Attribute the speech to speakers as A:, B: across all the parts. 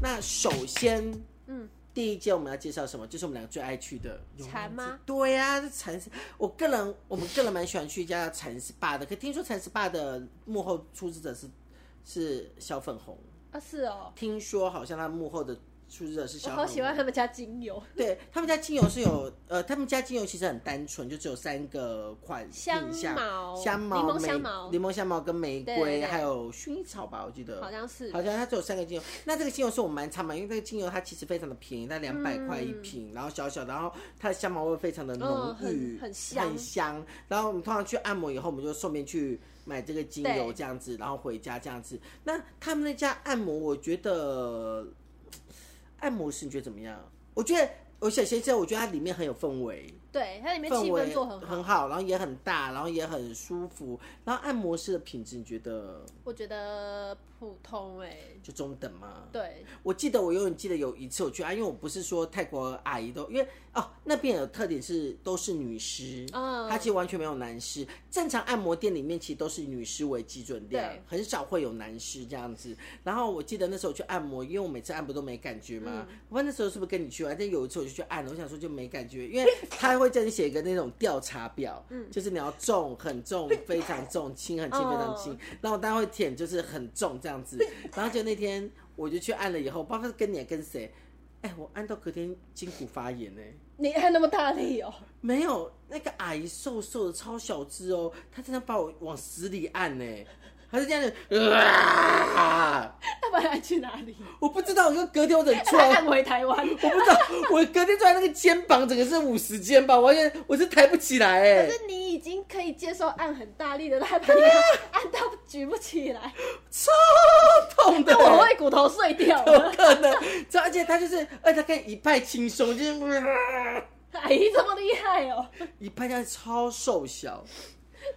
A: 那首先
B: 嗯，
A: 第一间我们要介绍什么？就是我们两个最爱去的永安
B: 蚕
A: 街
B: 吗？
A: 对呀、这蚕丝。我个人，我们个人蛮喜欢去一家蚕 SPA 的，可听说蚕 SPA 的幕后出资者是是小粉红，
B: 啊是哦，
A: 听说好像他幕后的出资者是
B: 我
A: 小粉红。
B: 好喜欢他们家精油，
A: 对他们家精油是有，呃，他们家精油其实很单纯，就只有三个款
B: 香
A: 品项
B: 茅
A: 香茅、
B: 柠檬
A: 玫
B: 香茅
A: 柠檬香茅跟玫
B: 对对
A: 瑰，
B: 对
A: 还有薰衣草吧，我记得
B: 好像是
A: 好像它只有三个精油。那这个精油是我蛮常买，因为这个精油它其实非常的便宜，它两百块一瓶，然后小小，然后它的香茅味非常的浓
B: 嗯
A: 郁，
B: 很很香
A: 香然后我们通常去按摩以后，我们就顺便去买这个精油
B: 对
A: 这样子，然后回家这样子。那他们那家按摩，我觉得按摩师你觉得怎么样？我觉得我想先生，我觉得它里面很有氛围，
B: 对，它里面
A: 氛
B: 气
A: 围
B: 氛做很好，
A: 很好，然后也很大，然后也很舒服。然后按摩师的品质，你觉得
B: 我觉得普通哎、
A: 就中等吗？
B: 对，
A: 我记得我永远记得有一次我去啊，因为我不是说泰国阿姨都，因为哦那边有特点是都是女师，
B: 嗯
A: 它其实完全没有男师。正常按摩店里面其实都是以女师为基准量
B: 对，
A: 很少会有男师这样子。然后我记得那时候我去按摩，因为我每次按摩都没感觉嘛，
B: 嗯
A: 我不知道那时候是不是跟你去，反正有一次我就去按了，我想说就没感觉， 因为他会叫你写一个那种调查表，
B: 嗯
A: 就是你要重、很重、非常重、轻、很轻、非常轻
B: 哦。
A: 然后我当然会舔，就是很重这 样子。然后就那天我就去按了以后，不知道是跟你还跟谁，哎、我按到隔天筋骨发炎呢、
B: 你按那么大力哦，
A: 没有，那个阿姨瘦瘦的，超小只哦，她真的把我往死里按呢、她是这样的、啊，
B: 要不然按去哪 里？
A: 我不知道，我就隔天我整出
B: 他
A: 来
B: 按回台湾，
A: 我不知道，我隔天出来那个肩膀整个是五十肩膀，完全我是抬不起来哎、
B: 可是你已经可以接受按很大力的，他把你按到举不起来，
A: 超痛的、欸
B: 那我会骨头碎掉
A: 有
B: 了。
A: 可能， 这而且他就是，而且他可以一派轻松，就是
B: 阿姨这么厉害哦！
A: 一派这样超瘦小，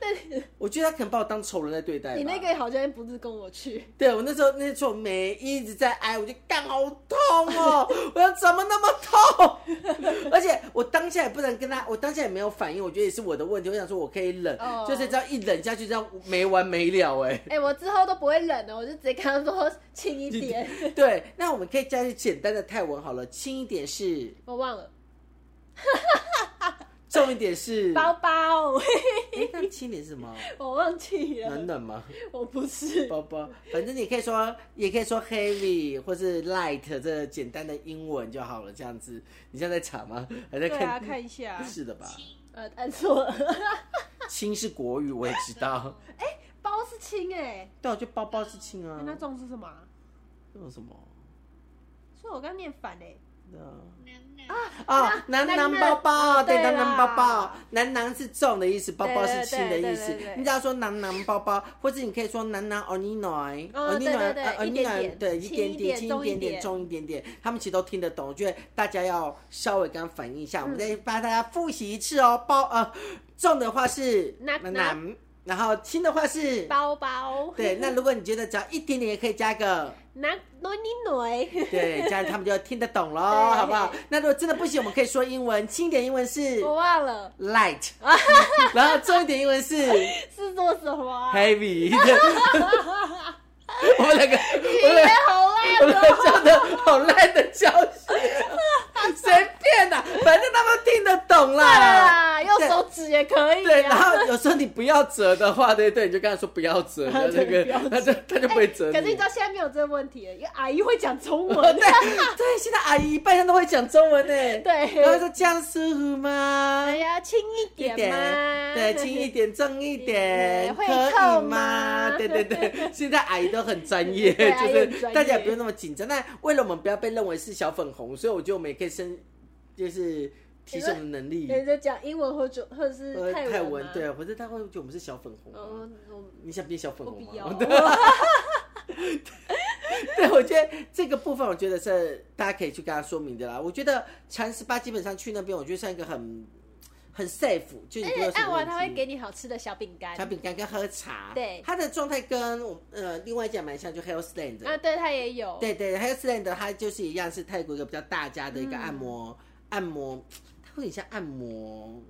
B: 那你
A: 我觉得他可能把我当仇人在对待吧。
B: 你那个好像不是跟我去，
A: 对我那时候那时候每一直在挨，我就干好痛哦！ 我要怎么那么痛？ 而且我当下也不能跟他，我当下也没有反应，我觉得也是我的问题。我想说我可以忍
B: 哦
A: 就是只要一忍下去，这样没完没了哎、
B: 哎、我之后都不会冷了，我就直接跟他说轻一点，
A: 对，那我们可以加一些简单的泰文好了，轻一点是，
B: 我忘了
A: 重一点是，
B: 包包，
A: 诶那轻一点是什么？
B: 我忘记
A: 暖
B: 了，
A: 暖吗？
B: 我不是，
A: 包包，反正你可以说，也可以说 heavy 或是 light 这简单的英文就好了，这样子。你现在在查吗？还在
B: 对
A: 看？
B: 啊，看一下，
A: 是的吧？
B: 呃，按错了，
A: 轻是国语，我也知道。
B: 包是轻哎、
A: 对啊，就包包是轻啊
B: 那。那重是什么啊？
A: 那种什么？
B: 所以我刚念反哎、
A: 对啊
B: 啊，
A: 啊，男
B: 男
A: 男
B: 男
A: 包包，对，
B: 对
A: 男
B: 啦
A: 男包包，男男是重的意思，包包是轻的意思
B: 对对对对。对
A: 你只要说男男包包，或者你可以说男男欧尼奶，
B: 哦
A: 欧尼奶，
B: 对对对
A: 呃欧
B: 一
A: 尼
B: 点
A: 奶，
B: 点
A: 对，一
B: 轻
A: 点
B: 一
A: 点，
B: 点
A: 轻
B: 重
A: 一
B: 一
A: 点点，
B: 点
A: 重一点点，他们其实都听得懂。我觉得大家要稍微跟他反映一下，我们再帮大家复习一次哦。包呃，重的话是
B: 男
A: 男男，然后轻的话是。
B: 包包，
A: 对，那如果你觉得只要一点点，也可以加个。
B: 那那你奶，
A: 对，这样他们就听得懂喽，
B: 对
A: 好不好？那如果真的不行，我们可以说英文，轻一点英文是
B: 我忘了
A: light，然后重一点英文是
B: 是做什么、啊？
A: heavy。我们两个，我们
B: 你也
A: 两个。
B: 好
A: 我
B: 烂
A: 们
B: 哦、
A: 教的好烂的教学，随便啦、反正他们听得懂
B: 对
A: 啦。
B: 啦，用手指也可以、啊。
A: 对，然后有时候你不要折的话，对对，你就跟他说不要折，然后那个
B: 对不要折
A: 他就他就不会折你。
B: 哎可是你知道现在没有这个问题了，因为阿姨会讲中文。
A: 对对，现在阿姨一半上都会讲中文呢。
B: 对
A: 然后说这样舒服吗
B: 哎？呀，轻一
A: 一
B: 点嘛，
A: 对，轻一点，重一点，
B: 会
A: 可以
B: 扣
A: 吗
B: 吗？
A: 对对对，现在阿姨都很专业，
B: 对阿姨
A: 就
B: 很
A: 是
B: 专
A: 大家也
B: 业
A: 不用那么紧张。那为了我们不要被认为是小粉红，所以我觉得我们也可以升，就是提升我们的能力。
B: 人家讲英文或者或者
A: 呃
B: 是
A: 泰
B: 文,、啊、
A: 文对，或者他会觉得我们是小粉红啊。
B: 嗯，我
A: 你想变小粉
B: 我
A: 红
B: 不要
A: 吗？对， 对，我觉得这个部分，我觉得是大家可以去跟他说明的啦。我觉得禅十八基本上去那边，我觉得像一个很很 safe，就是
B: 而
A: 你不会
B: 且
A: 有什
B: 按
A: 么问
B: 完哎他会
A: 题
B: 给你好吃的小饼干
A: 小。饼干跟喝茶，
B: 对
A: 它的状态跟我呃另外一家蛮像，就 Hellsland，、
B: 啊，对，他也有。
A: 对对，Hellsland 它就是一样是泰国一个比较大家的一个按
B: 嗯
A: 摩、按摩，它会很像按摩，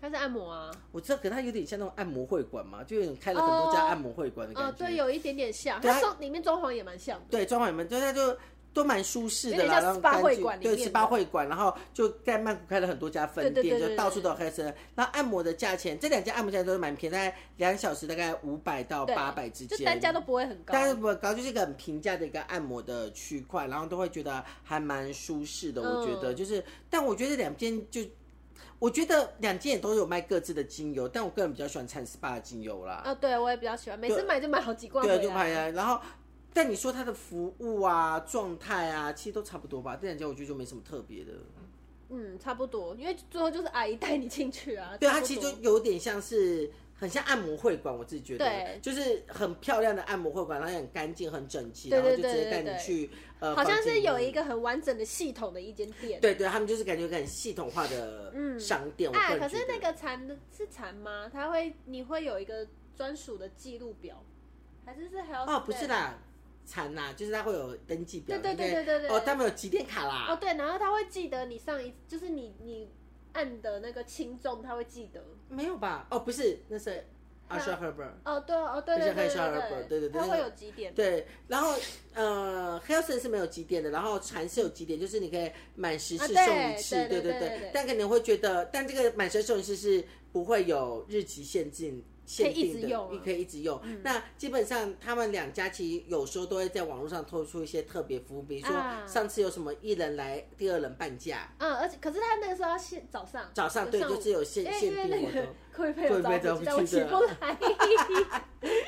B: 他是按摩啊。
A: 我知道，可它有点像那种按摩会馆嘛，就有点开了很多家
B: 哦
A: 按摩会馆的感
B: 哦，
A: 觉。
B: 对，有一点点像，
A: 对
B: 它
A: 它
B: 装里面装潢也蛮像的。
A: 对，装潢们，就它就都蛮舒适的
B: 有
A: 啦，
B: 点像
A: 然后
B: SPA
A: 干
B: 会
A: 净
B: 馆里
A: 对
B: 面
A: SPA
B: 的
A: 会馆，然后就在曼谷开了很多家分
B: 对对
A: 店，
B: 对
A: 就
B: 对
A: 到处都有开车。然后按摩的价钱，这两家按摩价钱都是蛮便宜，大概两小时大概五百到
B: 对
A: 八百之间，
B: 就单价都不会很高。
A: 但是不高，就是一个很平价的一个按摩的区块，然后都会觉得还蛮舒适的。我觉得
B: 嗯
A: 就是，但我觉得两间就，我觉得两间也都有卖各自的精油，但我个人比较喜欢产 SPA 的精油啦。
B: 啊，对我也比较喜欢，每次
A: 对
B: 买就买好几罐回
A: 对，
B: 来。
A: 就拍啊。然后，但你说它的服务啊、状态啊，其实都差不多吧。这两家我觉得就没什么特别的。
B: 嗯，差不多，因为最后就是阿姨带你进去啊。
A: 对，
B: 差
A: 它
B: 不
A: 其实
B: 多
A: 就有点像是。很像按摩会馆，我自己觉得
B: 对，
A: 就是很漂亮的按摩会馆，然后也很干净、很整齐，
B: 对
A: 然后就直
B: 对
A: 接
B: 对
A: 带
B: 对
A: 你
B: 对
A: 去呃，
B: 好像
A: 房间
B: 是有
A: 里
B: 一个很完整的系统的一间店。
A: 对对，他们就是感觉很系统化的商店。我
B: 啊，
A: 个
B: 可
A: 人觉
B: 是
A: 得
B: 那个蝉的是蝉吗？它会，你会有一个专属的记录表，还是是还有
A: 哦，不是？啦，惨啦，就是它会有登记表，
B: 对对
A: 你可以
B: 对对对对
A: 哦，他们有几点卡啦。
B: 哦，对，然后他会记得你上一，就是你你按的那个轻重，他会记得。
A: 没有吧？哦，不是，那是
B: 啊
A: Asha Herbert。
B: 哦，对哦，对
A: 就
B: 对
A: 是
B: 对
A: 黑沙
B: 对
A: 尔伯对对对
B: 它
A: 那
B: 会
A: 个
B: 有几点？
A: 对，然后呃，Helson 是没有几点的，然后禅是有几点，就是你可以满十
B: 啊
A: 次
B: 对
A: 送一次，
B: 对
A: 对
B: 对对对对
A: 但可能会觉得，但这个满十送一次是不会有日期限定。限
B: 一直
A: 定的，
B: 用啊
A: 你可以一直用。那基本上他们两家其实有时候都会在网络上推出一些特别服务，比如说
B: 啊
A: 上次有什么一人来，第二人半价，
B: 嗯，而且可是他那个时候要现早上，
A: 早上对，就是有限
B: 因为
A: 限
B: 因为
A: 定
B: 那
A: 活
B: 个
A: 动，
B: 贵妃有
A: 贵妃
B: 早
A: 早
B: 但我
A: 不去
B: 起
A: 的
B: 不来。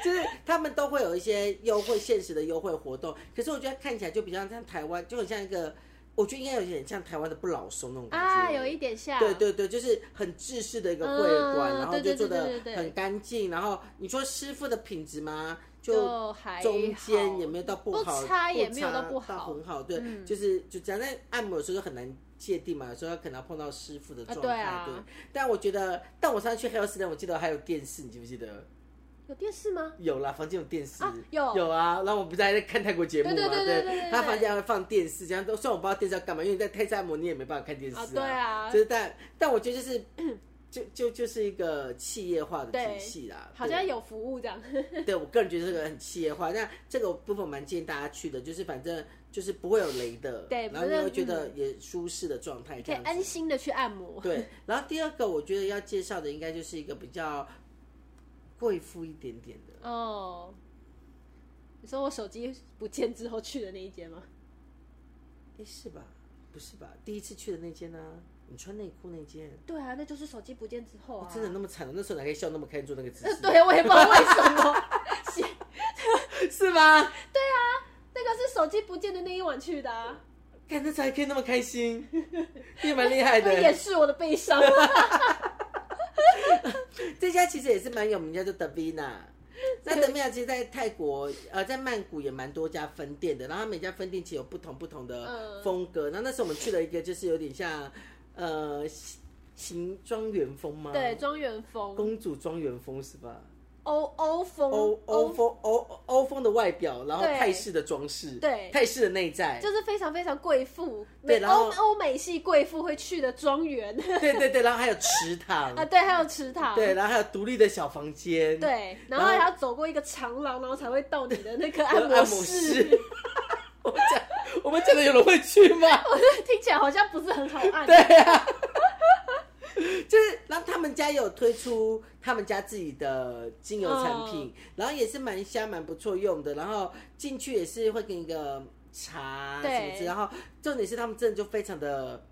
A: 就是他们都会有一些优惠，限时的优惠活动。可是我觉得看起来就比较像台湾，就很像一个，我觉得应该有点像台湾的不老松那种感觉。
B: 啊，有一点像，
A: 对对对，就是很制式的一个会馆，
B: 嗯
A: 然后
B: 对
A: 就
B: 对
A: 做的
B: 对对对对
A: 很干净。然后你说师傅的品质吗？就
B: 就还
A: 中间也
B: 好
A: 没有到不
B: 不
A: 好，
B: 差也没有
A: 到
B: 到不好嗯
A: 很好。对，就是就这样。但按摩有时候就很难界定嘛，有时候可能要碰到师傅的
B: 啊
A: 状
B: 对
A: 态。
B: 啊
A: 对，但我觉得，但我上次去 Hell's 我记得还有电视，你记不记得？
B: 有电视吗？
A: 有啦，房间有电视，
B: 啊有
A: 有啊。然后我们不是还在看泰国节目嘛？
B: 对对对对对对对
A: 他房间还会放电视，这样都虽然我不知道电视要干嘛，因为你在泰式按摩你也没办法看电视
B: 啊对啊
A: 就是但但我觉得就是。 就就就是一个企业化的体
B: 对
A: 系啦，
B: 好像有服务这样。
A: 对对我个人觉得这个很企业化。那这个部分蛮建议大家去的，就是反正就是不会有雷的，
B: 对
A: 然后
B: 不
A: 你
B: 是
A: 会觉得也舒适的状态，这
B: 可以
A: 样子
B: 安心的去按摩。
A: 对，然后第二个我觉得要介绍的应该就是一个比较贵妇一点点的，
B: 哦，你说我手机不见之后去的那一间吗？
A: 诶，哎是吧？不是吧？第一次去的那间呢、你穿内裤那间，
B: 对啊，那就是手机不见之后啊。
A: 哦真的那么惨？那时候哪可以笑那么开心做那个姿 势？
B: 呃对，我也不知道为什么。 是
A: 是吗？
B: 那个是手机不见的那一晚去的、啊，
A: 看那才可以那么开心， 你也蛮厉害
B: 那 也
A: 的。
B: 是我的悲伤。啊
A: 这家其实也是蛮有名，叫做 Davina。那
B: 对
A: Davina 其实，在泰国呃，在曼谷也蛮多家分店的，然后每家分店其实有不同不同的
B: 嗯
A: 风格。然后那时候我们去了一个，就是有点像呃行行庄园风吗？
B: 对，，庄园风，
A: 公主庄园风是吧？
B: 欧欧风，
A: 欧欧风欧欧风的外表，然后
B: 对
A: 泰式的装饰，
B: 对
A: 泰式的内在，
B: 就是非常非常贵妇，
A: 对
B: 美
A: 然后
B: 欧欧美系贵妇会去的庄园
A: 对对对，然后还有池塘，
B: 啊，对，还有池塘，
A: 对，然后还有独立的小房间，
B: 对，然
A: 然
B: 后
A: 后
B: 还要走过一个长廊，然后才会到你的那 个
A: 还有
B: 按
A: 按摩
B: 室。
A: 室。我们讲，我们讲的有人会去吗？
B: 我觉得听起来好像不是很好按。
A: 对啊，就是，然后他们家有推出他们家自己的精油产品，
B: 嗯
A: 然后也是蛮香、蛮不错用的。然后进去也是会给你一个茶啊
B: 对
A: 什么之类，然后重点是他们真的就非常的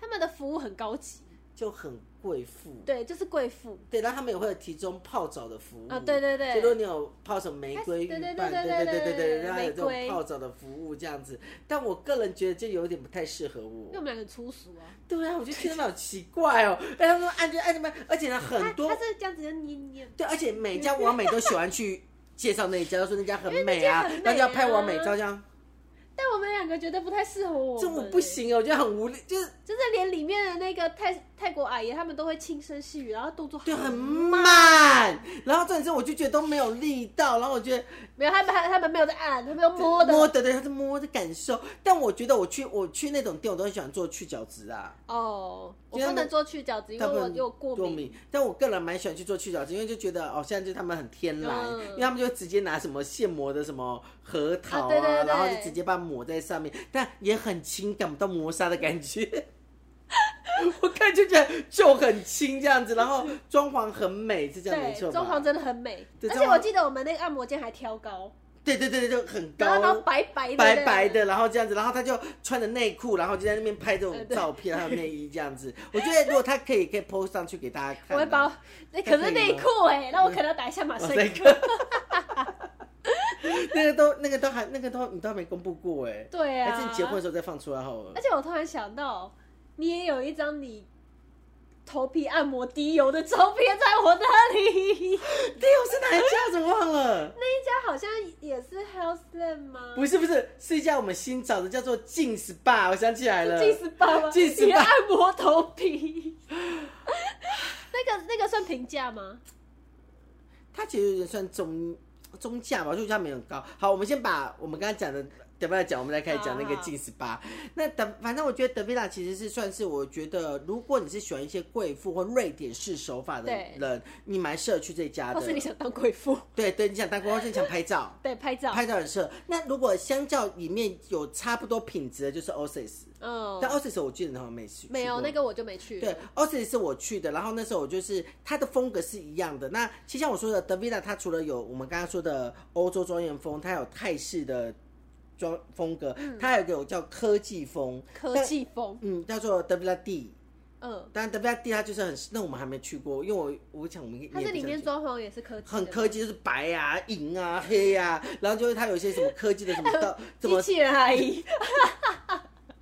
B: 他们的服务很高级，
A: 就很贵妇，
B: 对，就是贵妇。
A: 对，然后他们也会有提供泡澡的服务
B: 啊对对对
A: 就如果你有泡什么玫瑰浴
B: 对对对
A: 伴，
B: 对
A: 对
B: 对
A: 对
B: 对
A: 对，
B: 对
A: 然后有这种
B: 玫瑰
A: 泡澡的服务这样子。但我个人觉得就有点不太适合
B: 因为我
A: 我。
B: 们两个很粗俗啊，
A: 对啊，我就觉得好奇怪 哦。哎，他们说按就按什么，而且呢很多
B: 他他是这样子就捏捏，
A: 对，而且每家网美都喜欢去介绍那一家，都说那家很美啊
B: 因为，
A: 然后
B: 那家很美啊
A: 就要拍完美照啊这样。
B: 但我们两个觉得不太适合我们。
A: 这我不，行哦，我觉得很无力，就是
B: 就是连里面的那个泰泰国阿姨她们都会轻声细语，然后动作
A: 就很
B: 很
A: 慢，然后转身我就觉得都没有力道，然后我觉得
B: 没有，他们他他们没有在按，他们用摸的。
A: 摸的对，他是摸的感受。但我觉得我去我去那种店，我都很喜欢做去角质啊，
B: 哦，我
A: 因为他
B: 不
A: 们
B: 能做去角质，因为
A: 大部
B: 我
A: 分
B: 有过
A: 过
B: 敏。
A: 敏。但我个人蛮喜欢去做去角质，因为就觉得哦，现在就他们很天然，
B: 嗯
A: 因为他们就直接拿什么现磨的什么核桃
B: 啊对对对
A: 然后就直接把它抹在上面，但也很轻，感不到磨砂的感觉。 我看就觉得就很轻这样子，然后装潢很美，是这样没
B: 对，
A: 错吧？
B: 装潢真的很美，
A: 对
B: 而
A: 装
B: 且我
A: 潢
B: 记得我们那个按摩间还挑高，
A: 对对对对，就很
B: 然后然
A: 高
B: 后。白白的，
A: 白白，的，然后这样子，然后他就穿着内裤，然后就在那边拍这种
B: 呃对
A: 照片，还有内衣这样 子。我觉得如果他可以，可以 post 上去给大家看啊。
B: 我会包，那可是
A: 可以
B: 内
A: 吗
B: 裤哎，那我可能要打一下马
A: 马
B: 赛
A: 赛
B: 克。
A: 克，那个都那个都还那个都你都还没公布过哎，
B: 对啊，哎
A: 还是你结婚的时候再放出来好了
B: 而。且我突然想到，你也有一张你头皮按摩滴油的照片在我那 里，
A: 对，我是哪一家？怎么忘了？
B: 那一家好像也是 Health Lab 吗？
A: 不是不是，是一家我们新找的，叫做净 SPA，我想起来了。
B: 近视吧吗？
A: 近视吧
B: 你按摩头 皮，那个那个算平价吗？
A: 它其实有点算中中价吧，就价没有很高。好，我们先把我们刚刚讲的德贝拉讲，我们再开始讲那个
B: 好好
A: 近十八。那德，反正我觉得德贝拉其实是算是，我觉得如果你是喜欢一些贵妇或瑞典式手法的
B: 对
A: 人，你蛮适合去这家
B: 或
A: 的。
B: 是你想当贵妇？
A: 对对，你想当光，或者你 想拍照，
B: 对，拍照。
A: 拍照很适合。那如果相较里面有差不多品质的，就是 Oasis，、
B: 嗯，
A: 但 Oasis 我记得好像没去，
B: 没有
A: 去过
B: 那个我就没去。
A: 对，，Oasis 是我去的，然后那时候我就是它的风格是一样的。那其实像我说的 d a v i d a 它除了有我们刚刚说的欧洲庄园风，它有泰式的装风格，
B: 嗯
A: 它还有一个叫科技风，
B: 科
A: 但
B: 技风，
A: 嗯，叫做 d a v i d a D。
B: 嗯，
A: 当然 d a v i d a D 它就是很，那我们还没去过，因为我我想我们
B: 它
A: 也
B: 是
A: 不
B: 里
A: 想
B: 面
A: 去
B: 装潢也是科技的吗，
A: 很科技，就是白啊、银啊、黑啊，然后就是它有一些什么科技的 什么到什
B: 机
A: 么，
B: 器人阿姨，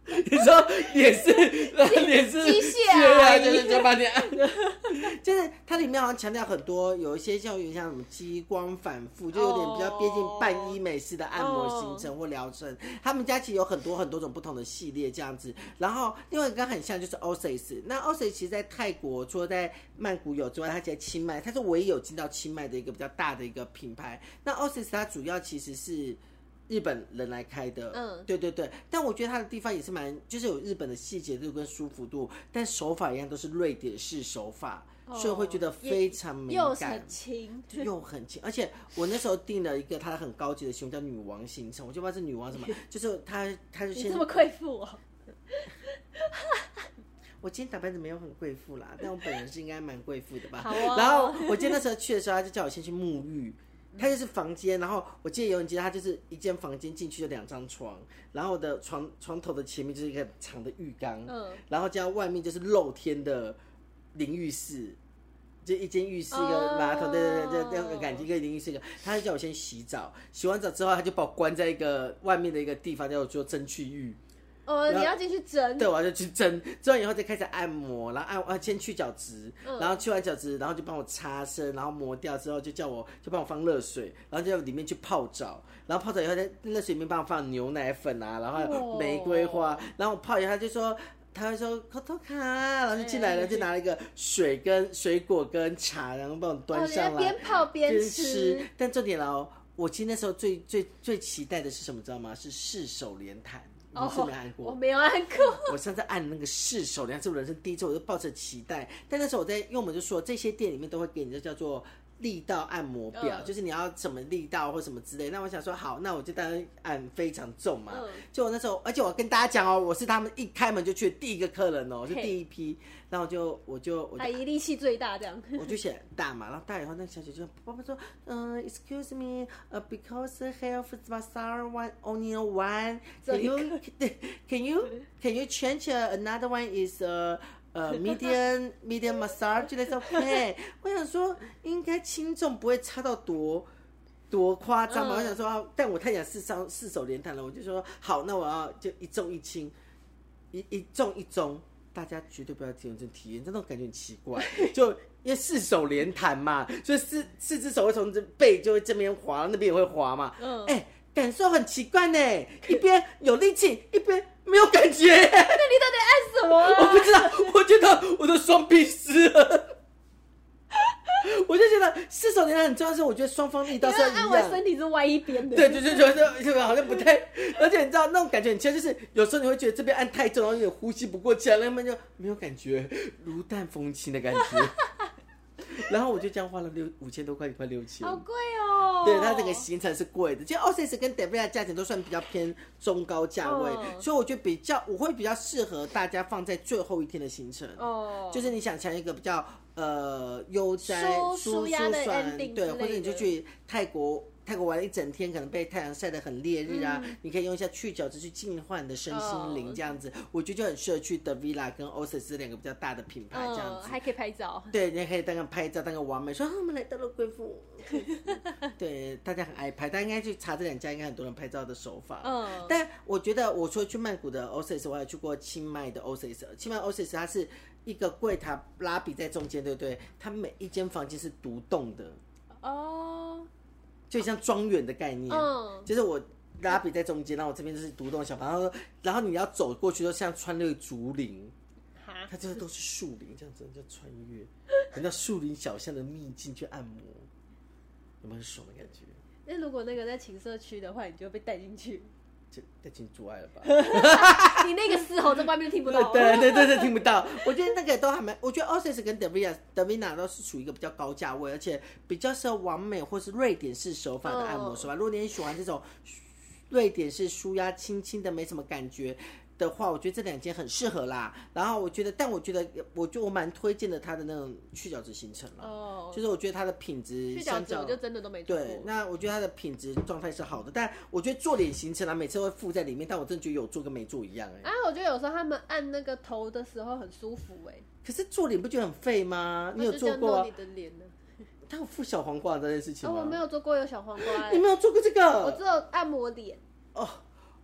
A: 你说也是，然后也是
B: 机械
A: 对
B: 阿
A: 啊，
B: 姨
A: 就是就把你按了， 就是它里面好像强调很多，有一些像有点像什么激光反复，就有点比较接近半医美式的按摩行程或疗程。他们家其实有很多很多种不同的系列这样子。然后另外一个很像就是 Oasis，那 Oasis 其实在泰国除了在曼谷有之外，它其实在清迈，它是唯一有进到清迈的一个比较大的一个品牌。那 Oasis 它主要其实是。日本人来开的，
B: 嗯
A: 对对对，但我觉得它的地方也是蛮，就是有日本的细节度跟舒服度，但手法一样都是瑞典式手法，
B: 哦
A: 所以会觉得非常敏
B: 又是
A: 感
B: 很。轻，
A: 又很轻，而且我那时候订了一个它很高级的行程，叫女王行程，我就不知道是女王 什么，就是它，它就
B: 你
A: 先
B: 这么贵妇哦，
A: 我今天打扮的没有很贵妇啦，但我本人是应该蛮贵妇的吧。
B: 好哦
A: 然后我记得那时候去的时候，他就叫我先去沐浴。他就是房间，然后我记得有人记得他就是一间房间进去就两张床，然后我的床床头的前面就是一个长的浴缸，
B: 嗯，
A: 然后加外面就是露天的淋浴室，就一间浴室一个马桶，对对对，这样个感觉，一个淋浴室一个。他就叫我先洗澡，洗完澡之后他就把我关在一个外面的一个地方，叫我做蒸汽浴。
B: 哦，你要进去蒸，
A: 对，我就去蒸，蒸完以后再开始按摩，然后按啊先去角质，
B: 嗯
A: 然后去完角质，然后就帮我擦身，然后磨掉之后就叫我就帮我放热水，然后就在里面去泡澡，然后泡澡以后在热水里面帮我放牛奶粉啊，然后还
B: 哦
A: 有玫瑰花，然后我泡以后他就说。他会说 c o t o 卡，然后就进
B: 哎
A: 来了，就拿了一个水跟水果跟茶，然后帮我
B: 哦，
A: 端
B: 你要
A: 上来。
B: 边泡边吃，。
A: 但重点哦，我其实那时候最最最期待的是什么，知道吗？是四手连弹，你
B: 哦
A: 是没有按，过？
B: 我没有按过，
A: 我上次按那个试手量是我人生第一次，我就抱着期待。但那时候我在，因为我们就说这些店里面都会给你这叫做力道按摩表，
B: 嗯
A: 就是你要什么力道或什么之类。那我想说，好，那我就当然按非常重嘛。
B: 嗯
A: 就我那时候，而且我跟大家讲哦，我是他们一开门就去的第一个客人哦，就
B: 嘿
A: 第一批。然后我就我就我就
B: 阿姨力气最大这样，
A: 我就写大嘛，然后大以后那个小姐就爸爸说，嗯、e x c u s e me，呃、b e c a u s e half is b a s a r one onion one，can you can you can you change uh, another one is uh, 呃、medium medium massage that's okay。我 想说应该轻重不会差到多。多夸张吧！
B: 嗯
A: 我想说，啊但我太想四手四手连弹了，我就说好，那我要就一重一轻，一一重一中，大家绝对不要体验这种体验，这种感觉很奇 怪。就因为四手连弹嘛，所以四四只手会从这背就会这边滑，那边也会滑嘛。
B: 嗯
A: 哎、感受很奇怪呢， 一边有力气，一边没有感觉。
B: 那你到底按什么
A: 我不
B: 啊？
A: 知道，我觉得我的双臂湿了。 我就觉得四手联弹很重要的是，我觉得双方力
B: 因
A: 道是
B: 为
A: 要一
B: 按我
A: 样。
B: 身体是歪一边 的。
A: 对对对对对，就好像不太， 而且你知道那种感觉很奇怪，就是有时候你会觉得这边按太重，然后有点呼吸不过气来，那边就没有感觉，如淡风轻的感觉。 然后我就这样花了六五千多块，快六千
B: 好。贵哦。
A: 对，它整个行程是贵的，其实 o s i s 跟 d e v i a 价钱都算比较偏中高价位，
B: 嗯
A: 所以我觉得比较我会比较适合大家放在最后一天的行程，
B: 哦，
A: 就是你想抢一个比较呃悠哉
B: 舒
A: 舒
B: 舒压的
A: 爽
B: ending
A: 对，
B: 之类
A: 或者你就
B: 的
A: 去泰国。泰国玩了一整天，可能被太阳晒得很烈日啊，你可以用一下去角质去净化你的身心灵，
B: 嗯哦
A: 这样子，我觉得就很适合去 d e v i l a 跟 o s i s 两个比较大的品牌这样
B: 嗯，
A: 子。
B: 还可以拍照。
A: 对，你也可以当个拍照，当个完美，说、啊、我们来到了贵妇。 对，大家很爱拍，大家应该去查这两家，应该很多人拍照的手法。
B: 嗯，
A: 但我觉得，我除了去曼谷的 Oasis，我还有去过清迈的 Oasis。清迈 Oasis 它是一个柜台拉比在中间，对不对？它每一间房间是独栋的，
B: 哦，
A: 就像庄园的概念。
B: 嗯，
A: 就是我拉比在中间，然后我这边就是独栋小房，然后然后你要走过去，就像穿越竹林。
B: 哈，
A: 它真的都是树林，这样子叫穿越，人家树林小巷的秘境去按摩，有没有很爽的感觉？
B: 那如果那个在情色区的话，你就会被带进去，
A: 这这进阻碍了吧？
B: 你那个嘶吼在外面听不到。
A: 对对对对，听不到。我觉得那个都还蛮，我觉得 Oasis 跟 Davina Davina 都是属于一个比较高价位，而且比较适合完美或是瑞典式手法的按摩手法。如果你喜欢这种瑞典式舒压，轻轻的没什么感觉。的话，我觉得这两间很适合啦。然后我觉得，但我觉得，我就我蛮推荐的它的那种去角质行程啦。
B: 哦，
A: 就是我觉得它的品质
B: 去角
A: 相
B: 质
A: 较
B: 我就真的都没做
A: 对，
B: 过。
A: 那我觉得它的品质状态是好的，但我觉得做脸行程啊，每次会附在里面，但我真的觉得有做跟没做一样哎、
B: 啊，我觉得有时候他们按那个头的时候很舒服哎，
A: 可是做脸不觉得很废吗？你有
B: 那就这
A: 做
B: 样
A: 过、
B: 弄
A: 啊
B: 你？的脸呢？
A: 他有附小黄瓜这件事情
B: 哦，
A: 吗？
B: 我没有做过有小黄瓜
A: 你
B: 欸，
A: 没有做过这
B: 我
A: 个
B: 只有按摩脸。
A: 哦。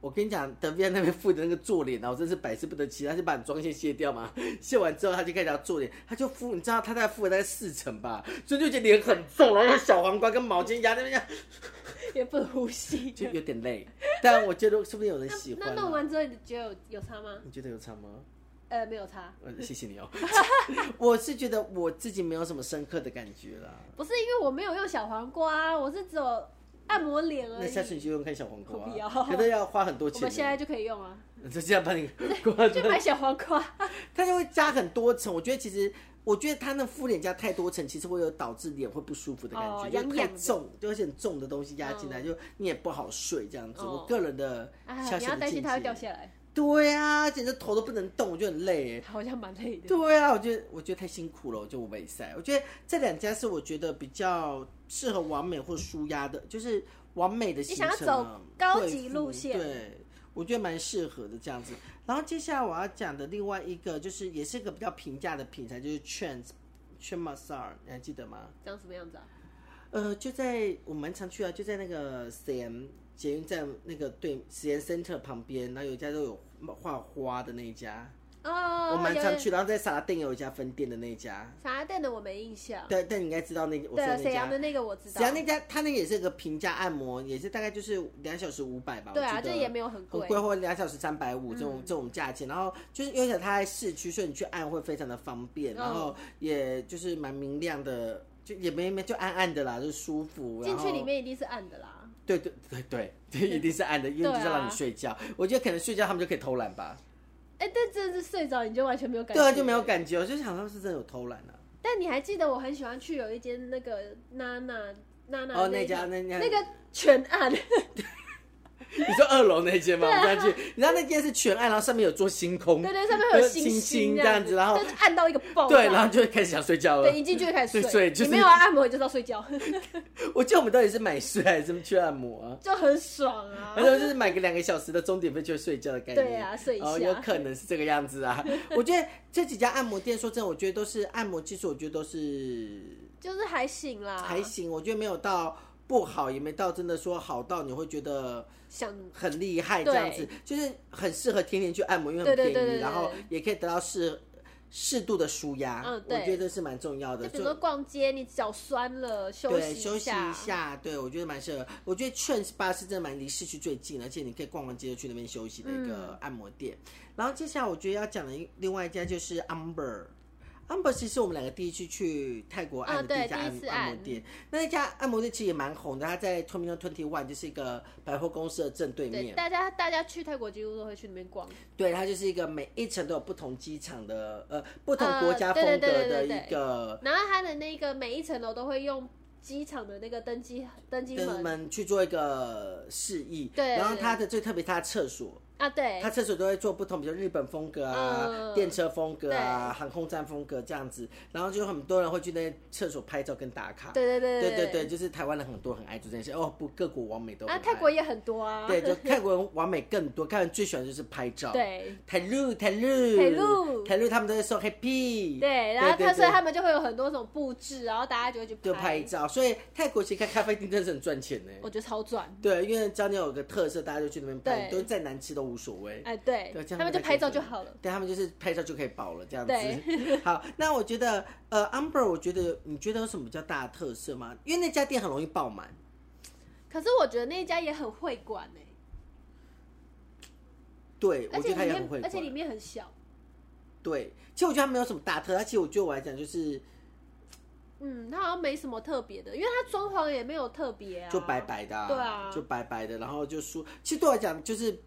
A: 我跟你讲，德比安那边附的那个做脸啊，我真是百思不得其解。他就把你妆线卸掉嘛，卸完之后他就开始要做脸，他就敷，你知道他在敷了大概四层吧，所以就觉得脸很重，然后用小黄瓜跟毛巾压在那边，
B: 也不能呼吸。
A: 就有点累。但我觉得说不定有人
B: 那
A: 喜欢、
B: 那
A: 啊。
B: 弄完之后，你觉得有有差吗？
A: 你觉得有差吗？
B: 呃，没有差，
A: 呃，谢谢你哦。 我是觉得我自己没有什么深刻的感觉啦。
B: 不是因为我没有用小黄瓜，啊我是只有按摩脸而
A: 那
B: 已。
A: 下次你就用看小黄瓜、啊
B: 我不要
A: 可能要花很多
B: 我
A: 钱呢。
B: 们现在就可以 用啊，
A: 就这样把你挂
B: 就
A: 着，
B: 买小 黄瓜。
A: 它就会加很多层。我觉得其实，我觉得它那敷脸加太多层，其实会有导致脸会不舒服的感觉，
B: 哦
A: 就是
B: 痒
A: 太
B: 痒的嗯
A: 重，就而且很重的东西压进来，就你也不好睡这样子。
B: 哦
A: 我个人的
B: 啊，
A: 小
B: 你
A: 小
B: 要
A: 的
B: 担
A: 见
B: 心它会掉
A: 解。
B: 下来，
A: 对啊，简直头都不能动，我觉得很累耶。
B: 好像蛮累的。
A: 对啊，我觉得我觉得太辛苦了，我就我没赛。我觉得这两家是我觉得比较适合完美或舒压的，就是完美的行程、啊。
B: 你想要走高级路线
A: 贵妇对，我觉得蛮适合的这样子。然后接下来我要讲的另外一个，就是也是一个比较平价的品牌，就是 Trans Trans Massage，你还记得吗？
B: 长什么样子啊？
A: 呃，就在我蛮常去啊，就在那个 CM 捷运站那个对 CM Center 旁边，然后有一家都有画花的那一家，
B: 哦，
A: 我蛮常
B: 有
A: 去。然后在沙拉店有一家分店的那一家。
B: 啥店的我没印象。
A: 但但你应该知道那我说的
B: 对，
A: 那
B: 沈
A: 家
B: 阳，的那个我知
A: 沈
B: 道
A: 阳。那家他那个也是个平价按摩，也是大概就是两小时五百吧，
B: 对啊，
A: 我记
B: 这
A: 得
B: 也没有很
A: 很
B: 贵。嗯
A: 贵，或两小时三百五这种这种价钱，然后就是因为它在市区，所以你去按会非常的方便，
B: 嗯
A: 然后也就是蛮明亮的，就也没没就暗暗的啦，就舒服。
B: 进
A: 然
B: 去
A: 后
B: 里面一定是暗的啦。
A: 对对对对，这一定是暗的，因为
B: 对啊
A: 就是让你睡觉。我觉得可能睡觉他们就可以偷懒吧，
B: 哎，但真的是睡着你就完全没有感
A: 对
B: 觉。
A: 啊，就没有感觉，我就想他们是真的有偷懒啊。
B: 但你还记得我很喜欢去有一间那个娜娜娜娜
A: 哦，
B: 那
A: 那
B: 一
A: 家那那
B: 那个全暗，对
A: 你说二楼那间吗？我们下去，你知道那间是全暗，然后上面有做星空，
B: 啊对，上面会有星
A: 星
B: 星
A: 这样子，然后
B: 但是暗到一个爆炸，
A: 对，然后就会开始想睡觉了
B: 啊对。一进去就开始
A: 对睡就是
B: 你没有要按摩你就是要睡觉，
A: 我记得我们到底是买睡还是去按摩啊？
B: 就很爽啊
A: 反。正就是买个两个小时的钟点费就睡觉的概念。
B: 对啊睡一下
A: 哦，有可能是这个样子 啊。我觉得这几家按摩店，说真的，我觉得都是按摩技术，我觉得都是
B: 就是还行啦，
A: 还行，我觉得没有到不好，也没到真的说好到你会觉得。
B: 想
A: 很厉害，这样子就是很适合天天去按摩，因为很便宜，
B: 对对对对对
A: 然后也可以得到适适度的舒压，
B: 嗯
A: 我
B: 对
A: 觉得是蛮重要的。
B: 就比如说逛街，你脚酸了，休
A: 对，
B: 息
A: 休
B: 一
A: 息一下，对我觉得蛮适合。我觉得 Train Spa 是真的蛮离市区最近，而且你可以逛逛街就去那边休息的一
B: 嗯
A: 个按摩店。然后接下来我觉得要讲的一另外一家就是 Amber。Amber 其实是我们两个第一次去泰国按
B: 啊
A: 的第一
B: 对
A: 家按
B: 第一次
A: 按摩
B: 按
A: 店，那一家按摩店其实也蛮红的，它在 Terminal Twenty One 就是一个百货公司的正对面
B: 对，。大家大家去泰国几乎都会去那边逛，
A: 对，它就是一个每一层都有不同机场的呃不同国家
B: 呃
A: 风
B: 对
A: 格
B: 对对
A: 的
B: 对对
A: 一个
B: 然后它的那个每一层楼都会用机场的那个登机登机
A: 跟你
B: 门
A: 们去做一个示意。
B: 对
A: 然后它的最特别，它的厕所，
B: 啊，对
A: 它，厕所都会做不同，比如日本风格啊、
B: 嗯
A: 电车风格啊、航空站风格这样子。然后就很多人会去那厕所拍照跟打卡。
B: 对对对
A: 对
B: 对
A: 对，就是台湾人很多很爱做这件事哦，不，各国网美都很
B: 啊，
A: 爱。
B: 泰国也很多啊，
A: 对，就泰国人网美更多，看人最喜欢就是拍照。。
B: 对
A: 泰露，泰露，
B: 泰露
A: 泰露，他们都在说 happy。
B: 对，然后
A: 对
B: 他所以
A: 对
B: 他们就会有很多种布置，然后大家就会去
A: 就拍照，所以泰国其实开咖啡厅真的是很赚钱呢。
B: 我觉得超赚，
A: 对，因为只要你有个特色，大家就去那边拍，
B: 对
A: 都再难吃都无所谓。
B: 哎，对
A: 对，这样
B: 他们就
A: 太
B: 拍照
A: 过
B: 就
A: 分
B: 好了。
A: 对他们就是拍照就可以饱了这样子。 好，那我觉得呃，Amber，我觉得你觉得有什么比较大的特色吗？因为那家店很容易爆满，
B: 可是我觉得那一家也很会管哎、
A: 对，我
B: 而
A: 觉
B: 且
A: 得他
B: 里
A: 也很会
B: 面而且
A: 管
B: 里面很小，
A: 对，其实我觉得他没有什么大特色，其实我觉得我来讲就是
B: 嗯，它好像没什么特别的，因为它装潢也没有特别啊，
A: 就白白的、
B: 对啊
A: 就白白的，然后就舒，其实对我来讲就是。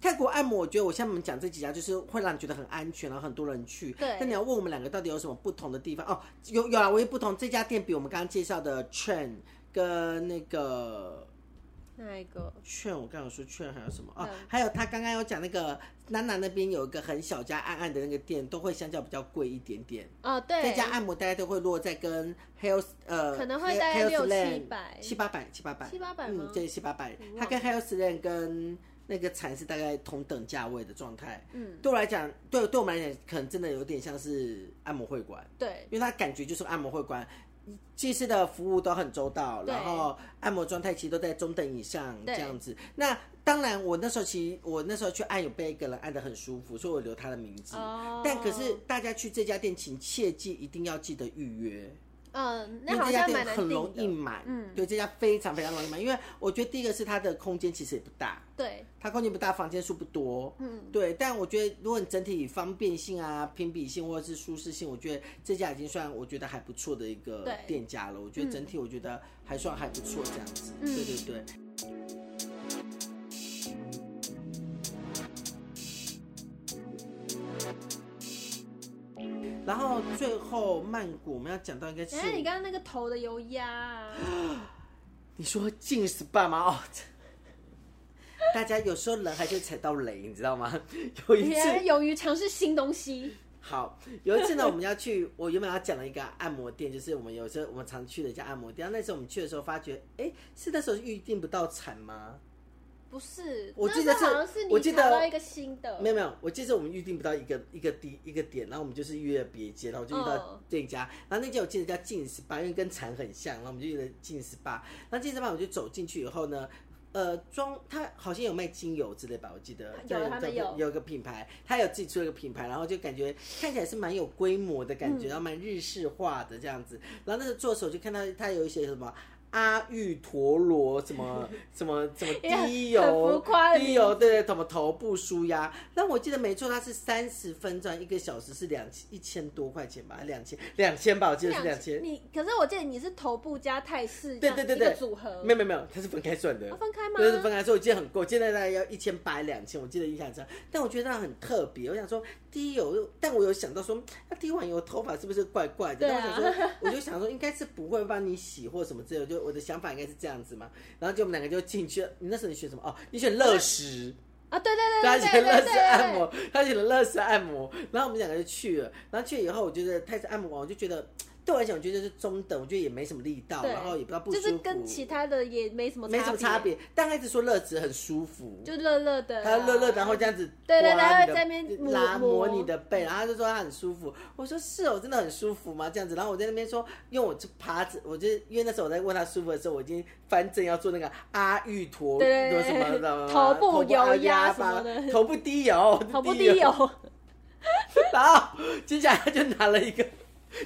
A: 泰国按摩，我觉得我像你们讲这几家，就是会让你觉得很安全，然后很多人去。
B: 对
A: 那你要问我们两个到底有什么不同的地方？哦，有有啊，唯一不同这家店比我们刚刚介绍的 Train 跟那个
B: 那一个，
A: 券，我刚刚有说券还有什么哦
B: 嗯？
A: 还有他刚刚有讲那个娜娜那边有一个很小家暗暗的那个店，都会相较比较贵一点点。
B: 啊，
A: 这
B: 对，
A: 家按摩大概都会落在跟 Health 呃，
B: 可能会大概
A: Health
B: 六
A: Land 七
B: 七百
A: 八百、七八百、
B: 七八百吗
A: 嗯，对，七八百
B: 我。忘
A: 它跟 Health Land 跟那个禅是大概同等价位的状态。
B: 嗯，
A: 对我来讲，对对我们来讲，可能真的有点像是按摩会馆，
B: 对，
A: 因为它感觉就是按摩会馆。技师的服务都很周到，
B: 对
A: 然后按摩状态其实都在中等以上这
B: 对
A: 样子。那当然，我那时候其实我那时候去按有被一个人按的很舒服，所以我留他的名字。
B: 哦，
A: 但可是大家去这家店，请切记一定要记得预约，
B: 嗯，
A: 因
B: 那
A: 为
B: 好
A: 这家
B: 像
A: 店
B: 蛮难
A: 很容易
B: 定的，
A: 满。
B: 嗯
A: 对，这家非常非常容易满，因为我觉得第一个是它的空间其实也不大，
B: 对，
A: 它空间不大，房间数不多。
B: 嗯，
A: 对，但我觉得如果你整体方便性啊、评比性或者是舒适性，我觉得这家已经算我觉得还不错的一个
B: 对
A: 店家了。我觉得整体我觉得还算还不错这样子。
B: 嗯
A: 对对对。然后最后曼谷我们要讲到应该是
B: 然后哎你刚刚那个头的油压啊，
A: 你说进 SPA 吗？哦，这 大家有时候人还是踩到雷，你知道吗？有一
B: 你
A: 次
B: 还是勇于尝试新东西，
A: 好，有一次呢，我们要去，我原本要讲了一个按摩店，就是我们有时候我们常去的一家按摩店。那时候我们去的时候，发觉，哎、是那时候预定不到产吗？
B: 不是，
A: 我
B: 那
A: 记得
B: 那
A: 是
B: 好像是
A: 我
B: 你
A: 记
B: 找
A: 得
B: 到一个新的，
A: 没有没有，我记得我们预定不到一个一个地一个点，然后我们就是约了别街，然后就遇到
B: 嗯
A: 这一家，然后那家我记得叫进十八，因为跟蝉很像，然后我们就约了进十八。那进十八我就走进去以后呢。呃，装它好像有卖精油之类吧，我记得
B: 有
A: 在
B: 他们
A: 有
B: 有
A: 有一个品牌，它有自己出了一个品牌，然后就感觉看起来是蛮有规模的
B: 嗯
A: 感觉，然后蛮日式化的这样子。然后那时候做的时候就看到它有一些什么阿育陀罗什么什么什么
B: 也很
A: 滴
B: 很
A: 油
B: 浮夸的
A: 滴油，对对，什么头部舒压。那我记得没错，它是三十分钟，一个小时是两一千多块钱吧，两千两千吧，我记得是两千。
B: 你可是我记得你是头部加泰式这
A: 对
B: 样
A: 对
B: 一
A: 对对
B: 个，组合，啊哦
A: 没有没有没有，它是分开算的。
B: 要分开吗？
A: 就是分开说，我记得很贵，我记得大概要一千八两千，我记得印象中。但我觉得那很特别，我想说滴油，但我有想到说，啊那滴完油头发是不是怪怪的？
B: 对啊
A: 但我想说，嗯我就想说应该是不会帮你洗或什么之类的，就我的想法应该是这样子嘛。然后就我们两个就进去了，你那时候你选什么？哦，你选乐石。
B: 啊，对对
A: 他
B: 对对
A: 选
B: 对
A: 乐
B: 对
A: 视
B: 对
A: 按
B: 对
A: 摩，他选了乐视按摩，然后我们两个就去了，然后去了以后，我觉得泰式按摩完，我就觉得对我来讲，我觉得就是中等，我觉得也没什么力道，
B: 对
A: 啊然后也不知道不舒
B: 就
A: 服，
B: 是跟其他的也没什么
A: 没什么差
B: 差，
A: 别，但他一直说乐子很舒服，
B: 就乐乐的啊，
A: 他乐乐，然后这样子
B: 对对
A: 刮
B: 他
A: 你
B: 会
A: 的
B: 在那边
A: 拉
B: 抹
A: 摸你的背，然后他就说他很舒服。我说是哦，真的很舒服吗？这样子，然后我在那边说，因为我就趴着，我就因为那时候我在问他舒服的时候，我已经翻正要做那个阿育陀
B: 对对
A: 有
B: 对
A: 什么的
B: 头部
A: 阿
B: 油
A: 压
B: 压
A: 吧
B: 什么的哦
A: 头部滴油，
B: 头部滴油，
A: 哦 然后接下来他就拿了一个，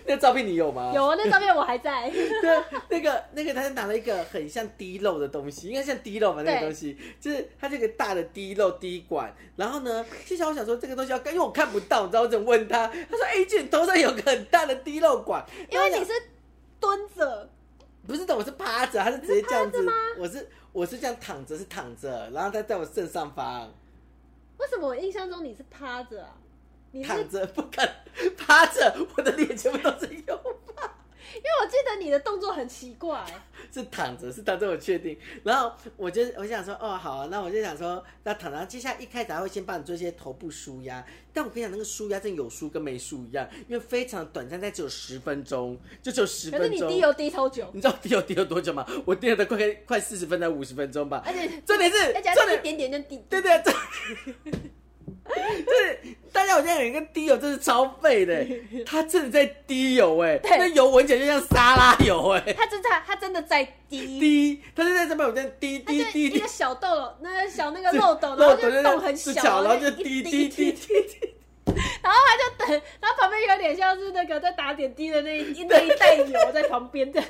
A: 那照片你有吗？
B: 有啊，那照片我 还在。
A: 对，啊那个那个，他拿了一个很像滴漏的东西，应该像滴漏吧？那个
B: 对
A: 东西就是它这个大的滴漏滴管。然后呢，就想我想说这个东西要干，因为我看不到，你知道我怎么问他？他说：“哎、姐，你头上有个很大的滴漏管。”
B: 因为你是蹲着，
A: 不是的，我是趴着，他是直接这样
B: 你
A: 子
B: 是趴着吗，
A: 我是我是这样躺着，是躺着，然后他在我正上方
B: 为什么我印象中你是趴着啊？你是
A: 躺着，不敢 趴着，我的脸全部都是油。
B: 因为我记得你的动作很奇怪，
A: 是躺着，是躺着，我确定。然后我就我想说，哦，好、啊，那我就想说，那躺着。接下来一开始还会先帮你做一些头部舒压，但我跟你讲，那个舒压真的有舒跟没舒一样，因为非常短暂，但只有十分钟，就只有十
B: 可是
A: 分
B: 你
A: 钟。
B: 低油低超久，
A: 你知道我滴油滴了多久吗？我滴了快快四十分钟、五十分钟吧。
B: 而且
A: 重点是，
B: 而且
A: 重
B: 还是
A: 点
B: 一点点就低。
A: 对对， 这就是大家，我现在有一个滴油，真是超废的， 它真的在滴油哎，
B: 对
A: 那油闻起来就像沙拉油哎，
B: 他真的他真的在低，
A: 滴，它就在这边，我这样滴
B: 他
A: 滴
B: 就
A: 滴
B: 一
A: 滴
B: 个，小痘痘，那个小那个
A: 这
B: 漏斗，然
A: 漏
B: 后
A: 斗
B: 就
A: 这样
B: 洞很
A: 是
B: 小，
A: 然后就滴
B: 一
A: 滴滴滴，滴，
B: 然后他就等，然后旁边有点像是那个在打点滴的那一那一袋油在旁 边的，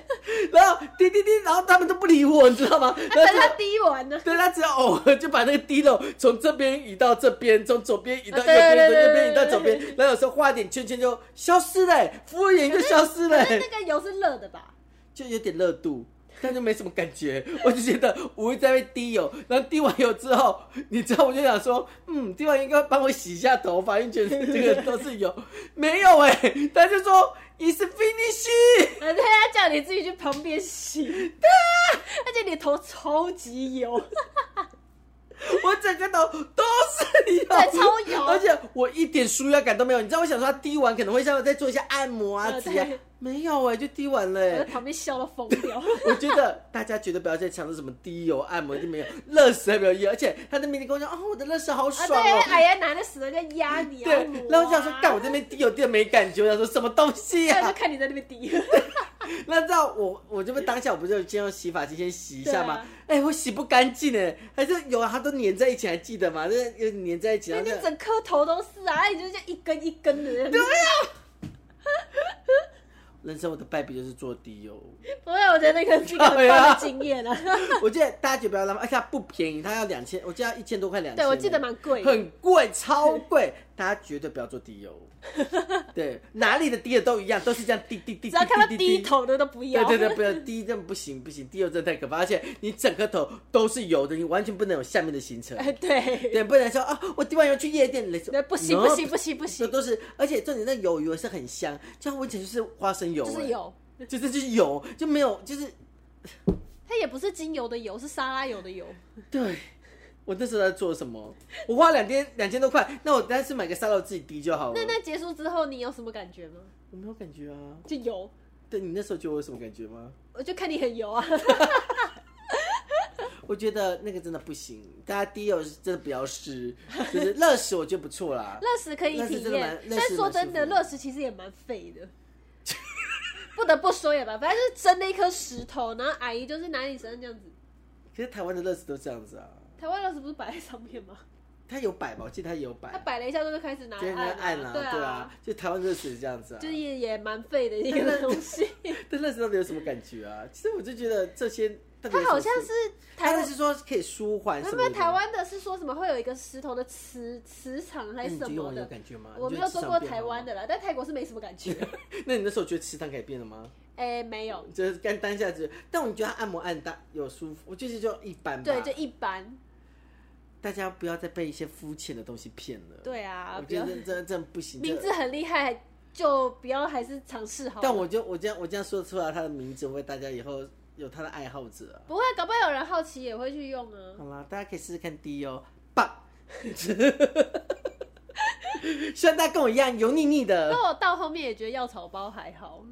A: 然后滴滴滴，然后他们都不理我，你知道吗？
B: 他
A: 然后
B: 等他
A: 就。
B: 滴完呢，
A: 对他只要偶尔就把那个滴漏从这边移到这边，从左边移到右
B: 啊对
A: 边，从
B: 对
A: 右
B: 对对
A: 边移到
B: 对
A: 左边，然后有时候画点圈圈就消失了，服务员就消失 了。
B: 那个油是热的吧？
A: 就有点热度，但就没什么感觉。我就觉得我会在被滴油，然后滴完油之后，你知道我就想说，嗯，滴完应该帮我洗一下头发，因为觉得这个都是油， 没有哎、他就说 is finish，
B: 而且他叫你自己去旁 边洗，
A: 啊
B: 而且你头超级油，
A: 我整个头都是油，
B: 对超油
A: 而且我一点舒压感都没有。你知道我想说，他滴完可能会像我再做一下按摩啊
B: 呃
A: 之类的
B: 对，
A: 没有哎、就滴完了、
B: 我
A: 欸。
B: 在 旁边笑到疯 掉。
A: 我觉得大家绝对不要再强制什么滴油按摩，就没有热水还没有热，而且他那边跟我讲，哦，我的热水好
B: 啊，
A: 爽
B: 对，
A: 哦。
B: 矮人拿着石头在压你啊，
A: 对
B: 按摩啊，
A: 然后我想说，干我这边滴油滴的没感觉，我想说什么东西
B: 对，我
A: 啊
B: 就？看你在那边滴，
A: 那知道我我这边当下我不就先用洗发精先洗一下
B: 对
A: 吗
B: 啊？
A: 哎、我洗不干净哎，还是有啊，它都粘在一起，还记得吗？就是有粘在一起，
B: 所
A: 然
B: 以
A: 后
B: 你
A: 就
B: 整颗头都是啊，啊你就这样一根一根的。对
A: 人生我的败笔就是做滴油。
B: 不会，我觉得那个是一个很棒的经验啊。
A: 我记得大家绝不要浪费，而且它不便宜，它要两千，我记得要一千多块两千。
B: 对，我记得蛮贵的。
A: 很贵，超贵， 大家绝对不要做滴 油。对，哪里的滴油都一样，都是这样滴滴滴，
B: 只要看到
A: 滴
B: 低。头的都不
A: 滴滴
B: 要。
A: 对对对，不要滴，这样不行不行，滴油真的太可怕，而且你整个头都是油的，你完全不能有下面的行程，
B: 哎对，
A: 对，不能说啊，我滴完油去夜店，
B: 对，不行不行不行不
A: 这
B: 行，
A: 都是，而且重点那油油是很香，这样闻起来就是花生油，欸
B: 就是，油，
A: 就是就是油，就没有就是
B: 它也不是精油的油，是沙拉油的油。
A: 对， 我那时候在做什么？我花两千两千多块，那我当时买个沙漏自己滴就好了
B: 那。那结束之后，你有什么感觉吗？
A: 我没有感觉啊。
B: 就油，
A: 对你那时候觉得我有什么感觉吗？
B: 我就看你 很油啊。
A: 我觉得那个真的不行，大家滴油真的不要试，就是热食我觉得不错 啦。
B: 乐食可以体
A: 乐事真的蛮
B: 验
A: 乐，事
B: 但说
A: 蛮舒服
B: 真的，
A: 的
B: 乐食其实也蛮废的。 不得不说也吧，反正就是真的一颗石头，然后阿姨就是拿你身上这样子。
A: 可是台湾的乐食都这样子啊，
B: 台湾乐食不是摆在上面吗？
A: 它有摆吗？我记得它有
B: 他
A: 摆，
B: 摆了一下，就开始拿
A: 就是
B: 来
A: 那按
B: 按
A: 啊，
B: 对
A: 对啊，，就台湾热食是这样子啊
B: 就。是也也蛮废的一个东 西。
A: 但乐食到底有什么感觉啊？其实我就觉得这些到底有什么事，
B: 它好像是台
A: 他
B: 湾
A: 的，是说可以舒缓
B: 没
A: 什
B: 有
A: 么
B: 没
A: 的。
B: 有台湾的是说什么会有一个石头的磁磁场
A: 那
B: 还
A: 嗯
B: 是
A: 你觉
B: 什
A: 得我
B: 么
A: 有
B: 的？
A: 感觉吗？
B: 我
A: 你
B: 没
A: 觉得
B: 有
A: 磁
B: 做
A: 场
B: 过
A: 变
B: 台
A: 好
B: 湾
A: 吗。
B: 的啦，但泰国是没什么感觉。
A: 那你那时候觉得磁场改变了吗？
B: 哎，没有，
A: 就是干当下就，但我觉得按摩按大有舒服，我就是就一般吧。
B: 对，就一般。
A: 大家不要再被一些肤浅的东西骗了。
B: 对啊
A: 我，
B: 不
A: 觉
B: 要
A: 得真真不行。
B: 名
A: 这
B: 字很厉害，就不要还是尝试好了。
A: 但我就我这样我这样说出来他的名字，为大家以后有他的爱好者啊。
B: 不会，搞不好有人好奇也会去用啊。
A: 好啦，大家可以试试看 D 哦，棒！ 希望大家跟我一样油腻腻的。
B: 那我到后面也觉得药草包还好，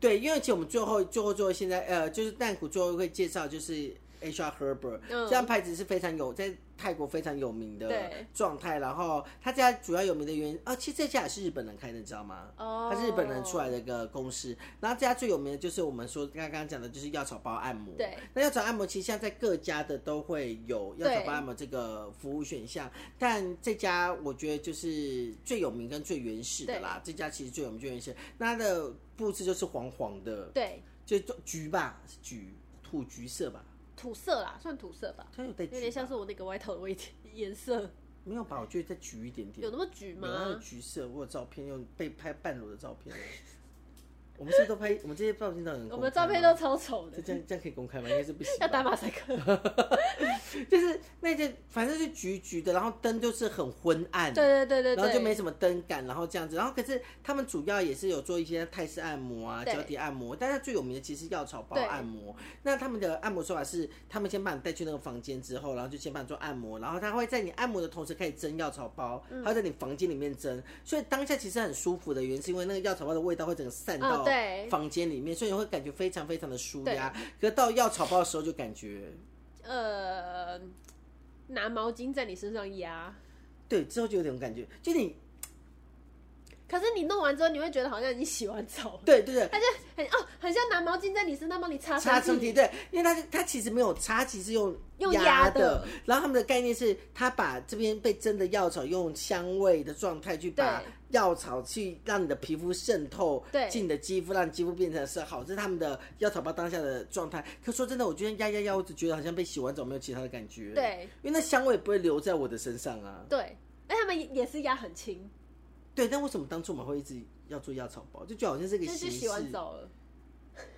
A: 对，因为其实我们最后最后最后现在呃，就是蛋骨最后会介绍就是 SOP H R Herbert，、
B: 嗯
A: 这张牌子是非常有在泰国非常有名的
B: 对
A: 状态。然后他家主要有名的原因，啊，其实这家也是日本人开的，你知道吗？
B: 哦，
A: 他是日本人出来的一个公司，然后这家最有名的就是我们说刚刚讲的，就是药草包按摩。
B: 对，
A: 那药草按摩其实现在在各家的都会有药草
B: 对
A: 包按摩这个服务选项，但这家我觉得就是最有名跟最原始的啦。这家其实最有名最原始，那它的布置就是黄黄的，
B: 对
A: 就就橘吧，是橘土橘色吧，
B: 土色啦，算土色吧，
A: 它有带橘吧，
B: 有点像是我那个外套的味颜色，
A: 没有吧？我觉得再橘一点点
B: 有，那么橘
A: 有那个
B: 吗？
A: 橘色，我有照片，有被拍半裸的照片。 我们现在都拍，我们这些照片到底能
B: 我
A: 公
B: 们的
A: 开
B: 照片
A: 吗
B: 都超丑
A: 这
B: 的，
A: 这样这样可以公开吗？应该是不行吧。
B: 要打马 赛克。
A: 就是那件，反正是橘橘的，然后灯就是很昏暗，
B: 对对对对对，
A: 然后就没什么灯感，然后这样子。然后可是他们主要也是有做一些泰式按摩啊、
B: 对
A: 脚底按摩，但是最有名的其实是药草包
B: 对
A: 按摩。那他们的按摩手法是，他们先把你带去那个房间之后，然后就先帮你做按摩，然后他会在你按摩的同时开始蒸药草包，
B: 嗯
A: 他会在你房间里面蒸。所以当下其实很舒服的原因，是因为那个药草包的味道会整个散
B: 啊
A: 到
B: 对
A: 房间里面，所以你会感觉非常非常的舒
B: 对
A: 压。可是到药草包的时候就感觉。
B: 呃，拿毛巾在你身上压。
A: 对，之后就有点感觉，就你
B: 可是你弄完之后，你会觉得好像你洗完澡了，
A: 对对对，
B: 它就很哦，很像拿毛巾在你身上帮你 擦
A: 擦身
B: 身
A: 体，对，因为它是它其实没有擦，其实用
B: 用
A: 压
B: 压的
A: 然后他们的概念是，他把这边被蒸的药草用香味的状态去把
B: 对
A: 药草去让你的皮肤渗透
B: 对
A: 进你的肌肤，让你肌肤变成是好，这是他们的药草包当下的状态。可说真的，我今天压压压，我只觉得好像被洗完澡，没有其他的感觉。，
B: 对
A: 因为那香味不会留在我的身上啊。
B: 对，哎而他们也也是压很轻，
A: 对，但为什么当初我们会一直要做药草包？就觉得好像是个
B: 就是
A: 形式。
B: 洗完澡了，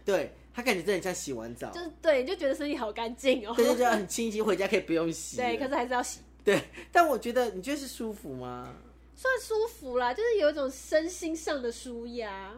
A: 对，他感觉真的很像洗完澡。
B: 就是对，你就觉得身体好干净哦。
A: 对 对对，很清晰，回家可以不用洗了。
B: 对，可是还是要洗，
A: 对，但我觉得你觉得是舒服吗？
B: 算舒服啦，就是有一种身心上的舒压。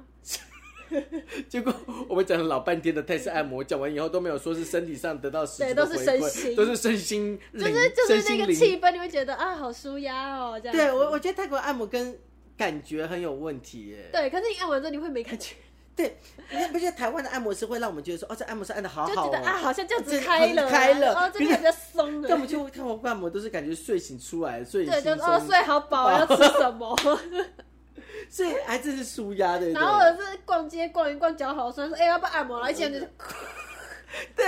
A: 结果我们讲了老半天的泰式按摩，讲完以后都没有说是身体上得到实质
B: 对
A: 的
B: 都是
A: 回馈
B: 身心
A: 都是身心灵，
B: 就是就是
A: 身
B: 那
A: 心
B: 个
A: 灵
B: 气氛，你会觉得啊，好舒压哦，这样子。
A: 对我，我觉得泰国按摩跟感觉很有问题耶。
B: 对，可是你按完之后你会没感觉，
A: 对，你不觉得台湾的按摩师会让我们觉得说，哦，这按摩师按的 好
B: 就
A: 好
B: 觉
A: 哦
B: 得啊，。好像这样子
A: 这
B: 开了啊，
A: 开了
B: 哦，这
A: 可
B: 边
A: 是
B: 比 较松了
A: 但我。们去泰国按摩都是感觉睡醒出来，睡醒
B: 对，就
A: 轻
B: 是哦，
A: 松，
B: 睡好 饱，要吃什么？
A: 所以还真是舒压的。
B: 然后或者是逛街逛一逛，脚好酸，说哎，要不要按摩了？一起来就是
A: 对，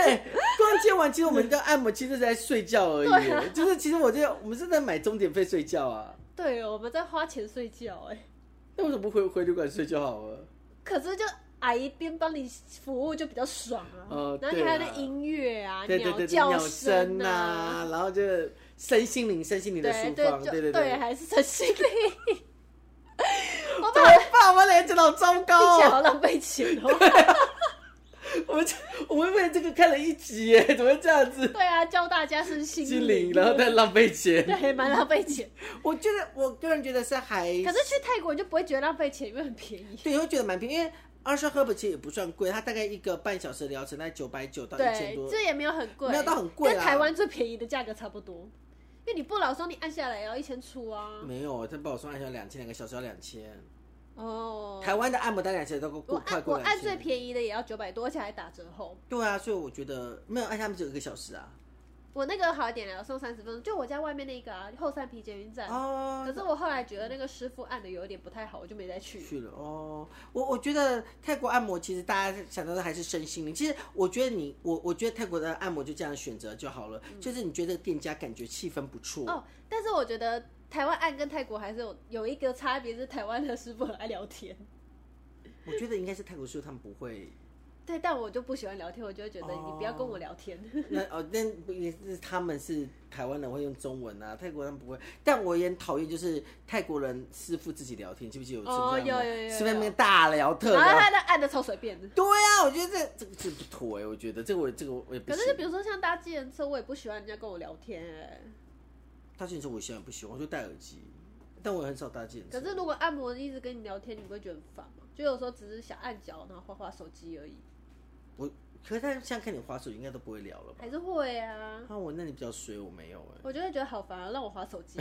A: 逛街完，其实我们的按摩其实是在睡觉而已，
B: 啊
A: 就是其实我觉得我们是在买钟点费睡觉啊，
B: 对，我们在花钱睡觉哎，
A: 那为什么不回回旅馆睡就好啊了？
B: 可是就阿姨边帮你服务就比较爽啊
A: 哦，
B: 然后你还有
A: 对啦
B: 那音乐啊，
A: 对对对，
B: 叫
A: 声
B: 啊，
A: 啊，然后就身心灵、身心灵的
B: 对
A: 舒放，
B: 对
A: 对
B: 就
A: 对，
B: 还是身心灵。 我
A: 怎
B: 把
A: 么办？我们俩真的好糟
B: 听
A: 糕
B: 起来好
A: 哦！
B: 浪费钱哦。
A: 我们这我们为了这个看了一集耶， 怎么会这样子？
B: 对啊，教大家是心
A: 心灵，然后再浪费钱。
B: 对，蛮浪费 钱。
A: 我觉得我个人觉得是还，
B: 可是去泰国你就不会觉得浪费钱，因为很便宜。
A: 对，会觉得蛮便宜，因为二十赫本其实也不算贵，它大概一个半小时的疗程在九百九到一千
B: 对
A: 多，，
B: 这也没有很贵，
A: 没有到很贵啦啊
B: 跟台湾最便宜的价格差不多。因为你不老说你按下来也要一千出啊。
A: 没有，他不好说按下两千，两个小时要两千。
B: 哦，
A: 台湾的按摩单两千都过
B: 我
A: 快
B: 按我
A: 过两
B: 按
A: 千
B: 最。便宜的也要九百多，而且还打折后。
A: 对啊，所以我觉得没有按下面只有一个小时啊。
B: 我那个好一点了，送三十分钟，就我家外面那个啊，后山皮捷运站。
A: 哦，
B: 可是我后来觉得那个师傅按的有一点不太好，我就没再去。
A: 去了哦。我我觉得泰国按摩其实大家想到的还是身心灵。其实我觉得你我我觉得泰国的按摩就这样选择就好了，就是你觉得店家感觉气氛不错。
B: 嗯哦，但是我觉得台湾按跟泰国还是有有一个差别，是台湾的师傅很爱聊天。
A: 我觉得应该是泰国师傅他们不会。
B: 对，但我就不喜欢聊天，我就会觉得你不要跟我聊天。
A: 那哦，那不也是他们是台湾人会用中文啊，泰国人不会。但我也很讨厌，就是泰国人师傅自己聊天，记不记得有师傅
B: 哦
A: 在那边
B: 有有有有
A: 师傅在那边大聊特
B: 然后
A: 聊
B: 他。那按的超随便的。
A: 对啊，我觉得这这个这不妥哎、我觉得这个我这个我也不
B: 可
A: 行。
B: 是就比如说像搭计程车，我也不喜欢人家跟我聊天、哎。
A: 搭计程车我现在也不喜欢，我就戴耳机，但我也很少搭计程车。
B: 可是如果按摩一直跟你聊天，你不会觉得很烦吗？就有时候只是想按脚，然后划划手机而已，
A: 我可是他现在看你滑手应该都不会聊了吧？
B: 还是会啊。
A: 啊，我那你比较水，我没有哎、
B: 我就会觉得好烦啊，让我划手机。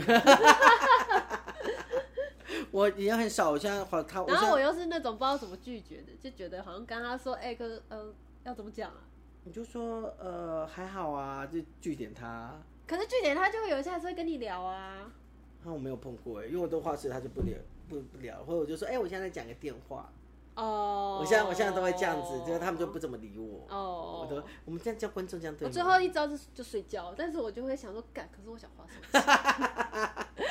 A: 我也很少，我现在滑他，我
B: 然
A: 现
B: 后我
A: 在
B: 又是那种不知道怎么拒绝的，就觉得好像跟他说，哎、可是嗯、呃，要怎么讲啊？
A: 你就说呃还好啊，就据点他。
B: 可是据点他就会有一下次会跟你聊啊，
A: 那、我没有碰过哎、因为我都话事他就不聊不不聊，或者我就说哎、我现在在讲个电话，
B: 哦，
A: 我现在我现在都会这样子，就是他们就不怎么理我。
B: 哦，
A: 我都我们这样叫观众这样对
B: 我
A: 吗
B: 最后一招就是就睡觉，但是我就会想说，干，可是我想滑手机，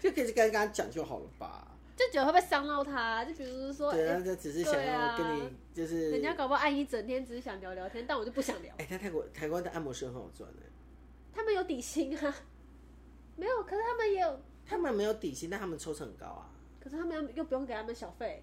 A: 就可以跟跟他讲就好了吧？
B: 就觉得会不会伤到他？就比如说，
A: 对，
B: 哎
A: 他就只是想要跟你
B: 对啊
A: 就是
B: 人家搞不好按一整天只是想聊聊天，但我就不想聊。
A: 哎、但泰国台湾的按摩师很好赚哎、
B: 他们有底薪啊，没有，可是他们也有，
A: 他们没有底薪，但他们抽成很高啊。
B: 可是他们又不用给他们小费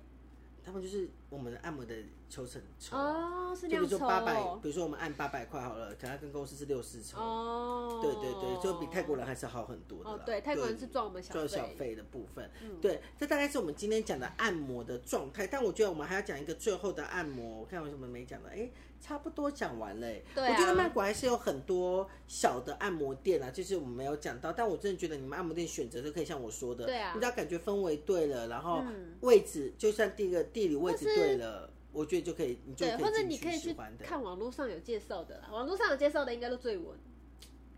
A: 他们就是我们的按摩的抽成抽啊，
B: 哦，是
A: 就
B: 那
A: 比如
B: 样
A: 说
B: 抽
A: 八百，
B: 哦
A: 比如说我们按八百块好了，可他跟公司是六四抽，
B: 哦，
A: 对对对，就比泰国人还是好很多的啦
B: 哦，对，泰国人是赚我们小
A: 赚小
B: 费，嗯
A: 费的部分，对，这大概是我们今天讲的按摩的状态。但我觉得我们还要讲一个最后的按摩，我看有什么没讲的，哎，差不多讲完嘞。
B: 对啊
A: 我觉得曼谷还是有很多小的按摩店啊，就是我们没有讲到，但我真的觉得你们按摩店选择是可以像我说的，
B: 对啊
A: 你只要感觉氛围对了，然后
B: 嗯
A: 位置，就算第一个地理位置
B: 或是
A: 对了，我觉得就可以，你就
B: 对，或者你可
A: 可
B: 以
A: 以进去喜
B: 去
A: 欢的。
B: 看网络上有介绍的啦，网络上有介绍的应该都最稳。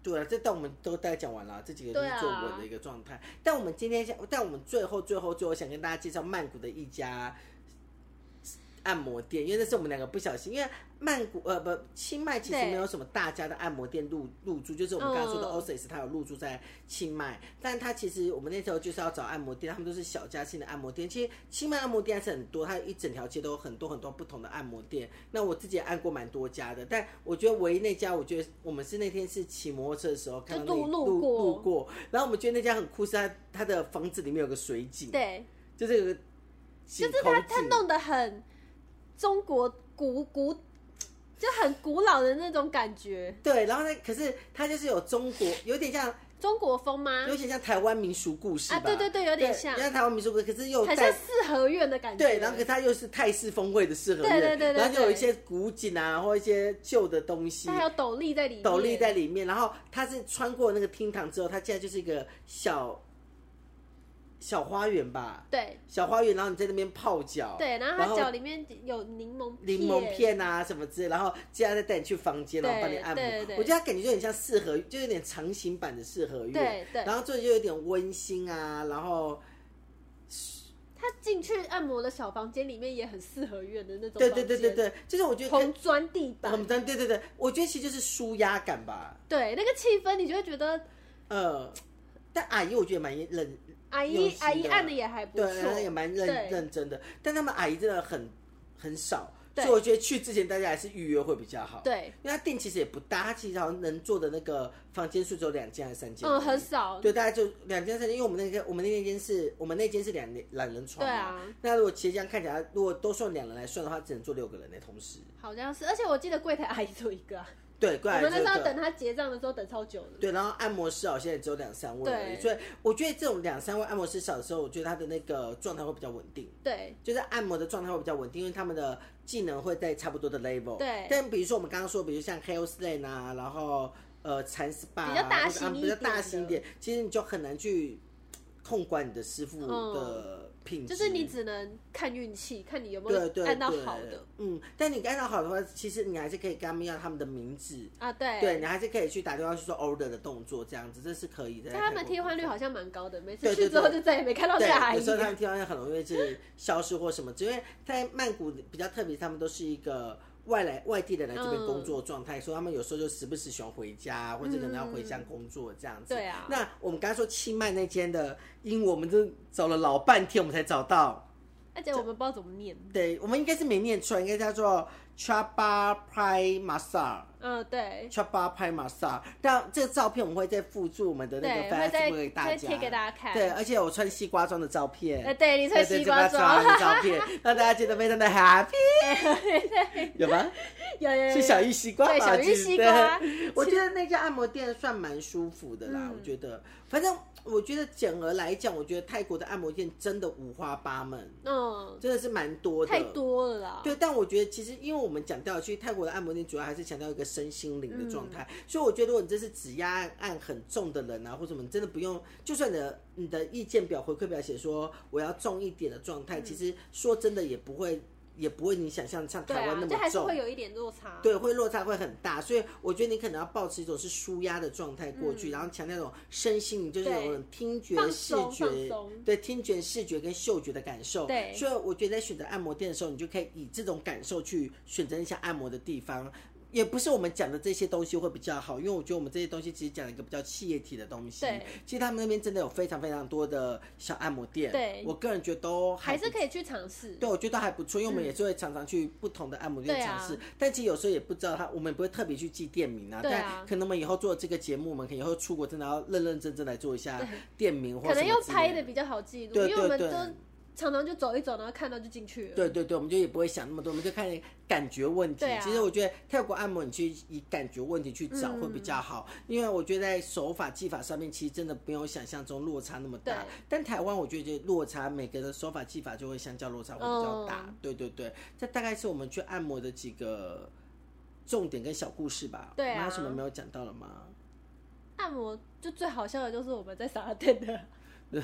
A: 对啊，这但我们都大概讲完了，这几个就是
B: 对啊
A: 最稳的一个状态。但我们今天想，但我们最后最后最后想跟大家介绍曼谷的一家按摩店，因为那是我们两个不小心，因为曼谷呃不清迈其实
B: 对
A: 没有什么大家的按摩店入入驻，就是我们刚刚说的
B: 嗯
A: Oasis，、它有入驻在清迈，但它其实我们那时候就是要找按摩店，他们都是小家性的按摩店。其实清迈按摩店还是很多，它一整条街都有很多很多不同的按摩店。那我自己也按过蛮多家的，但我觉得唯一那家，我觉得我们是那天是骑摩托车的时候看到那
B: 就路
A: 路
B: 路过
A: 路过，然后我们觉得那家很酷，是它它的房子里面有个水井，，
B: 对，
A: 就是有个
B: 就
A: 就是
B: 他他弄得很中国古古，就很古老的那种感觉，
A: 对，然后呢，可是它就是有中国，有点像
B: 中国风吗？
A: 有点像台湾民俗故事吧，
B: 啊，对对对，有
A: 有
B: 点像，
A: 像台湾民俗故事，可是又
B: 很
A: 带
B: 像四合院的感觉。
A: 对，然后可是它又是泰式风味的四合院，
B: 对对对对
A: 然后就有一
B: 对
A: 些古井啊，或一些旧的东西
B: 它，还有斗笠在里面，
A: 斗笠在里面，然后它是穿过那个厅堂之后，它现在就是一个小小花园吧，
B: 对
A: 小花园，然后你在那边泡脚，
B: 对，然后
A: 然
B: 它
A: 后
B: 脚里面有柠檬
A: 柠檬，片啊什么之类，然后接下来再带你去房间，然后帮你按摩。
B: 对对对
A: 我觉得它感觉就很像四合，就有点长形版的四合院，
B: 对对
A: 然后这里就有点温馨啊，然后
B: 它进去按摩的小房间里面也很四合院的那种，
A: 对对对对，对，就是我觉得
B: 红砖地
A: 它
B: 板，
A: 对对对，我觉得其实就是舒压感吧，
B: 对那个气氛，你就会觉得
A: 呃，但阿姨我觉得蛮冷。
B: 阿
A: 用
B: 姨
A: 心的
B: 阿姨按的也还不
A: 对，
B: 错，
A: 也蛮认
B: 对
A: 认真的，但他们阿姨真的很很少，所
B: 对
A: 以我觉得去之前大家还是预约会比较好。，
B: 对，
A: 因为它店其实也不大，它其实好像能做的那个房间数只有两间还是三间而已。
B: 嗯，很少，
A: 对，大概就两间三间，因为我们那个我们那间是我们那间是两人懒人床嘛，
B: 对啊
A: 那如果其实这样看起来，如果都算两人来算的话，只能坐六个人的同时。
B: 好像是，而且我记得柜台阿姨只有一 个啊，
A: 对，过
B: 我
A: 来
B: 们那
A: 这
B: 时候
A: 个
B: 等她结账的时候等超久的，
A: 对，然后按摩师好像也只有两三位而已，
B: 对
A: 所以我觉得这种两三位按摩师少的时候，我觉得他的那个状态会比较稳定。
B: 对
A: 就是按摩的状态会比较稳定，因为他们的技能会在差不多的 level。
B: 对
A: 但比如说我们刚刚说，比如像 hair slan 啊，然后呃蚕 spa 啊、
B: 比较
A: 或
B: 大
A: 者啊
B: 型一
A: 比较大
B: 点
A: 型一
B: 的
A: 点，其实你就很难去控管你的师傅的品质。
B: 嗯就是你只能看运气，看你有没
A: 对
B: 有
A: 对
B: 按到
A: 对
B: 好的
A: 嗯，但你按到好的话，其实你还是可以跟他们要他们的名字。
B: 啊，对
A: 对，你还是可以去打电话去做 order 的动作，这样子这是可以的。
B: 但他们替换率好像蛮高的，每
A: 对
B: 次
A: 对
B: 去之后
A: 对
B: 就再也没看到这
A: 对
B: 个阿，
A: 有
B: 姨
A: 时候他们地方很容易是消失或什么，因为在曼谷比较特别，他们都是一个外来外地人来这边工
B: 嗯
A: 作的状态，所以他们有时候就时不时喜欢回家，或者可能要回乡工作这样子。
B: 嗯对啊
A: 那我们刚刚说清迈那间的英文，我们真的找了老半天，我们才找到。
B: 而且我们不知道怎么念。
A: 对，我们应该是没念错，应该叫做 Chaba Prai Masar。
B: 嗯，对
A: Chaba Prai Masar，但这个照片我们会再附注我们的那
B: 对，
A: 个
B: 会
A: Facebook
B: 再
A: 给大
B: 再
A: 家，
B: 贴给大家看。
A: 对，，而且我穿西瓜装的照片，
B: 呃，对，
A: 对
B: 你穿
A: 对
B: 西
A: 这把
B: 瓜
A: 抓
B: 装，
A: 的照片， 让大家觉得非常的 happy，有吗？
B: 有有 有
A: 是小玉西瓜吧？
B: 对小玉
A: 我记
B: 西
A: 得
B: 瓜
A: 我觉得那家按摩店算蛮舒服的啦，
B: 嗯
A: 我觉得，反正我觉得整而来讲，我觉得泰国的按摩店真的五花八门，
B: 嗯，
A: 真的是蛮多的，
B: 太多了啦。
A: 对，但我觉得其实因为我们讲到，其实泰国的按摩店主要还是强调一个身心灵的
B: 嗯
A: 状态，所以我觉得如果你真是指压按按很重的人啊，或者什么，你真的不用，就算你的你
B: 嗯
A: 的意见表回馈表写说我要重一点的状态，其实说真的也不会。也不会你想象像
B: 对
A: 台湾
B: 啊
A: 那，
B: 就还
A: 么
B: 是
A: 重，
B: 会有一点落差。
A: 对，会落差会很大，所以我觉得你可能要保持一种是舒压的状态过去，然后强调那种身心，就是那种听觉
B: 嗯放、
A: 视
B: 松放
A: 觉
B: 松，
A: 对，听觉、视觉跟嗅觉的感受。
B: 对
A: 所以我觉得在选择按摩店的时候，你就可以以这种感受去选择一下按摩的地方。也不是我们讲的这些东西会比较好，因为我觉得我们这些东西其实讲了一个比较企业体的东西。
B: 对，
A: 其实他们那边真的有非常非常多的小按摩店。
B: 对
A: 我个人觉得都
B: 还
A: 不
B: 是可以去尝试。
A: 对，我觉得还不错，因为我们也是会常常去不同的按摩店
B: 对啊
A: 尝试，但其实有时候也不知道它，我们也不会特别去记店名啊。
B: 对啊
A: 但可能我们以后做这个节目，我们可能以后出国真的要认认真真来做一下店名或
B: 可能
A: 什么
B: 要
A: 之
B: 拍
A: 类
B: 的。比较好记录，
A: 对
B: 因为我
A: 对
B: 们
A: 对
B: 都常常就走一走，然后看到就进去了。
A: 对对对，我们就也不会想那么多，我们就看感觉问题。
B: 对啊嗯
A: 其实我觉得泰国按摩，你去以感觉问题去找会比较好，因为我觉得在手法技法上面，其实真的没有想象中落差那么大
B: 对。
A: 但台湾我觉得落差，每个的手法技法就会相较落差会比较大。
B: 嗯
A: 对对对，这大概是我们去按摩的几个重点跟小故事吧。
B: 对啊
A: 我们还有什么没有讲到了吗？
B: 按摩就最好笑的就是我们在沙店 的，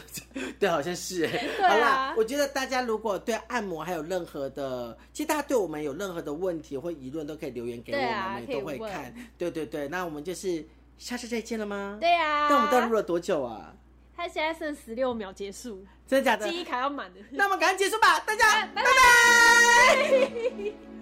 A: 对，好像 是、欸。
B: 啊
A: 好啦，我觉得大家如果对按摩还有任何的，其实大家对我们有任何的问题或疑论，都可以留言给我
B: 对
A: 们，
B: 啊
A: 我们也都会
B: 可以问
A: 看。对对对，那我们就是下次再见了吗？
B: 对呀、
A: 但我们到底录了多久啊？
B: 他现在剩十六秒结束，
A: 真的假的？
B: 记忆卡要满了。
A: 那我们赶快结束吧，大家
B: 拜
A: 拜拜
B: 拜